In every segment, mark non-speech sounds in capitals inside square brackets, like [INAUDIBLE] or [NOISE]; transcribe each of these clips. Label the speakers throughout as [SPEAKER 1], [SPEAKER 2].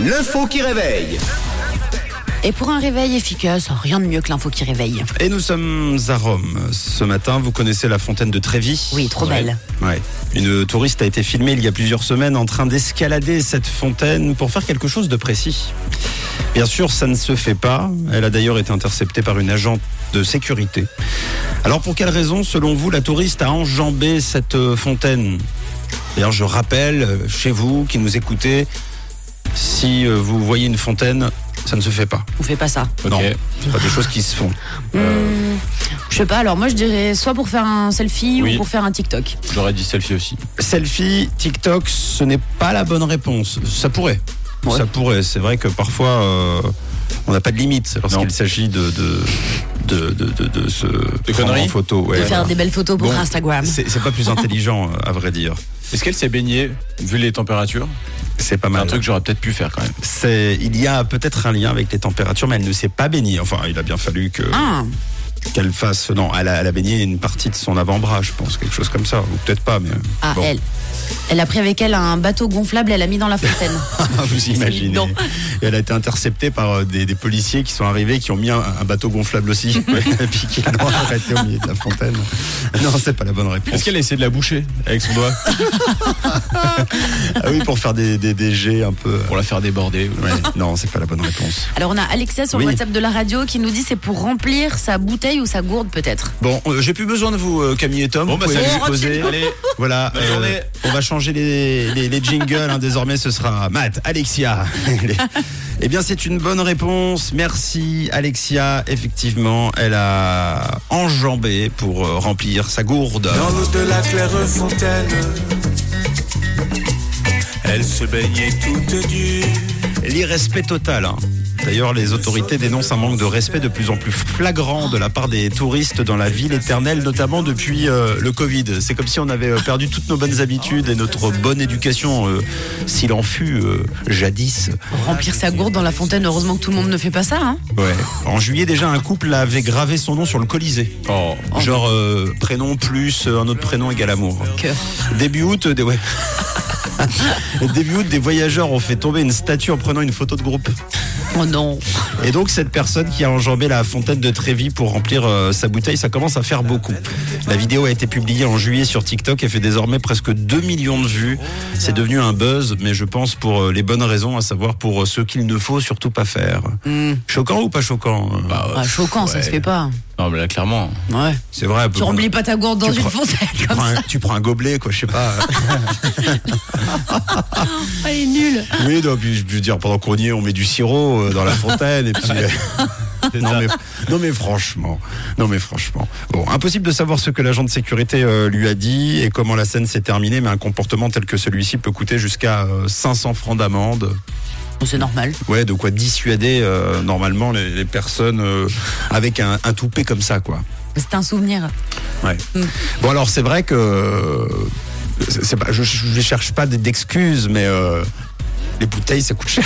[SPEAKER 1] L'info qui réveille.
[SPEAKER 2] Et pour un réveil efficace, rien de mieux que l'info qui réveille.
[SPEAKER 3] Et nous sommes à Rome ce matin. Vous connaissez la fontaine de Trévi
[SPEAKER 2] Oui, trop
[SPEAKER 3] Ouais.
[SPEAKER 2] belle.
[SPEAKER 3] Ouais. Une touriste a été filmée il y a plusieurs semaines en train d'escalader cette fontaine pour faire quelque chose de précis. Bien sûr, ça ne se fait pas. Elle a d'ailleurs été interceptée par une agente de sécurité. Alors pour quelle raison, selon vous, la touriste a enjambé cette euh, fontaine D'ailleurs, je rappelle, euh, chez vous qui nous écoutez, si euh, vous voyez une fontaine, ça ne se fait pas.
[SPEAKER 2] On fait pas ça.
[SPEAKER 3] Non, c'est pas des choses qui se font.
[SPEAKER 2] Hmm, je sais pas, alors moi je dirais soit pour faire un selfie
[SPEAKER 4] Oui.
[SPEAKER 2] ou pour faire un TikTok.
[SPEAKER 4] J'aurais dit selfie aussi.
[SPEAKER 3] Selfie, TikTok, ce n'est pas la bonne réponse. Ça pourrait.
[SPEAKER 2] Ouais.
[SPEAKER 3] Ça pourrait. C'est vrai que parfois, euh, on n'a pas de limite
[SPEAKER 4] Non.
[SPEAKER 3] lorsqu'il s'agit de, de, de, de, de- de se prendre
[SPEAKER 4] conneries
[SPEAKER 3] en photo. ouais.
[SPEAKER 2] de faire des belles photos pour
[SPEAKER 3] Bon,
[SPEAKER 2] Instagram.
[SPEAKER 3] C'est c'est pas plus intelligent, euh, à vrai dire.
[SPEAKER 4] Est-ce qu'elle s'est baignée, vu les températures
[SPEAKER 3] C'est pas
[SPEAKER 4] C'est un
[SPEAKER 3] mal.
[SPEAKER 4] truc que j'aurais peut-être pu faire quand même.
[SPEAKER 3] C'est- Il y a peut-être un lien avec les températures, mais elle ne s'est pas baignée. Enfin, il a bien fallu que-
[SPEAKER 2] Ah,
[SPEAKER 3] qu'elle fasse. Non, elle a, elle a baigné une partie de son avant-bras, je pense, quelque chose comme ça. Ou peut-être pas, mais.
[SPEAKER 2] ah,
[SPEAKER 3] bon.
[SPEAKER 2] elle. Elle a pris avec elle un bateau gonflable, elle l'a mis dans la fontaine.
[SPEAKER 3] Ah, Vous imaginez.
[SPEAKER 2] évident.
[SPEAKER 3] Et elle a été interceptée par euh, des, des policiers qui sont arrivés, qui ont mis un, un bateau gonflable
[SPEAKER 4] [LAUGHS]
[SPEAKER 3] aussi, et puis qui l'ont arrêté au milieu de la fontaine. Non, c'est pas la bonne réponse.
[SPEAKER 4] Est-ce qu'elle a essayé de la boucher avec son doigt
[SPEAKER 3] [LAUGHS] Ah oui, pour faire des, des, des jets un peu. euh,
[SPEAKER 4] pour la faire déborder
[SPEAKER 3] Ouais, non, c'est pas la bonne réponse.
[SPEAKER 2] alors on a Alexia sur le
[SPEAKER 3] Oui.
[SPEAKER 2] WhatsApp de la radio qui nous dit c'est pour remplir sa bouteille ou sa gourde peut-être.
[SPEAKER 3] Bon, euh, j'ai plus besoin de vous, euh, Camille et Tom.
[SPEAKER 4] Bon,
[SPEAKER 3] vous
[SPEAKER 4] bah,
[SPEAKER 3] pouvez
[SPEAKER 4] salut.
[SPEAKER 3] vous poser.
[SPEAKER 4] Allez,
[SPEAKER 3] Voilà, euh,
[SPEAKER 4] Bonne journée.
[SPEAKER 3] on va changer les, les, les jingles. hein. désormais, ce sera Matt, [LAUGHS] Alexia. Les- eh bien, c'est une bonne réponse. Merci, Alexia. Effectivement, elle a enjambé pour euh, remplir sa gourde.
[SPEAKER 5] Dans l'eau de la claire fontaine, elle se baignait toute due.
[SPEAKER 3] L'irrespect total. hein. D'ailleurs, les autorités dénoncent un manque de respect de plus en plus flagrant de la part des touristes dans la ville éternelle, notamment depuis euh, le Covid. C'est comme si on avait euh, perdu toutes nos bonnes habitudes et notre bonne éducation, euh, s'il en fut euh, jadis.
[SPEAKER 2] Remplir sa gourde dans la fontaine, heureusement que tout le monde ne fait pas ça. hein.
[SPEAKER 3] Ouais. En juillet déjà, un couple avait gravé son nom sur le Colisée.
[SPEAKER 4] Oh.
[SPEAKER 3] Genre euh, prénom plus euh, un autre prénom égale amour.
[SPEAKER 2] Cœur.
[SPEAKER 3] Début août, euh, des ouais. [LAUGHS] Début août, des voyageurs ont fait tomber une statue en prenant une photo de groupe.
[SPEAKER 2] Oh non.
[SPEAKER 3] Et donc cette personne qui a enjambé la fontaine de Trévis pour remplir euh, sa bouteille, ça commence à faire beaucoup. La vidéo a été publiée en juillet sur TikTok et fait désormais presque 2 millions de vues. C'est devenu un buzz, mais je pense pour euh, les bonnes raisons, à savoir pour euh, ce qu'il ne faut surtout pas faire.
[SPEAKER 2] Hmm.
[SPEAKER 3] Choquant ou pas choquant euh,
[SPEAKER 4] Bah,
[SPEAKER 2] Ah, choquant, ça
[SPEAKER 4] ouais.
[SPEAKER 2] se fait pas.
[SPEAKER 4] Non, mais là, clairement.
[SPEAKER 2] Ouais.
[SPEAKER 3] C'est vrai.
[SPEAKER 2] Tu remplis pas ta gourde dans une fontaine
[SPEAKER 3] tu
[SPEAKER 2] comme
[SPEAKER 3] prends,
[SPEAKER 2] ça.
[SPEAKER 3] un, tu prends un gobelet, quoi, je sais pas. euh,
[SPEAKER 2] Elle est nulle.
[SPEAKER 3] oui, non, puis je veux dire, pendant qu'on y est, on met du sirop euh, dans la fontaine. Et puis, euh, non, mais, non, mais franchement. Non, mais franchement. Bon, impossible de savoir ce que l'agent de sécurité euh, lui a dit et comment la scène s'est terminée, mais un comportement tel que celui-ci peut coûter jusqu'à euh, 500 francs d'amende.
[SPEAKER 2] Bon, C'est normal.
[SPEAKER 3] Ouais, de quoi dissuader euh, normalement les, les personnes euh, avec un, un toupet comme ça, quoi.
[SPEAKER 2] C'est un souvenir.
[SPEAKER 3] Ouais.
[SPEAKER 2] Mm.
[SPEAKER 3] Bon alors c'est vrai que euh, c'est c'est pas, je, je je cherche pas d'excuses, mais euh, les bouteilles ça coûte cher.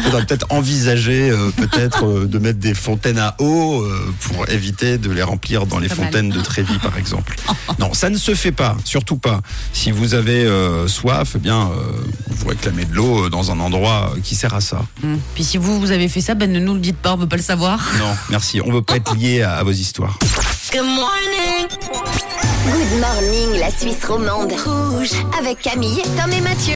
[SPEAKER 3] Il faudrait peut-être envisager euh, peut-être euh, de mettre des fontaines à eau euh, pour éviter de les remplir dans les
[SPEAKER 2] Pas mal.
[SPEAKER 3] fontaines de Trévis par
[SPEAKER 2] [LAUGHS]
[SPEAKER 3] exemple. Non, ça ne se fait pas, surtout pas. Si vous avez euh, soif, eh bien euh, vous réclamez de l'eau euh, dans un endroit euh, qui sert à ça.
[SPEAKER 2] Hmm. Puis si vous, vous avez fait ça, ben ne nous le dites pas, on veut pas le savoir.
[SPEAKER 3] Non, merci, on veut pas être lié à- à vos histoires.
[SPEAKER 6] Good morning.
[SPEAKER 7] Good morning, la Suisse romande. Rouge. Avec Camille, Tom et Mathieu.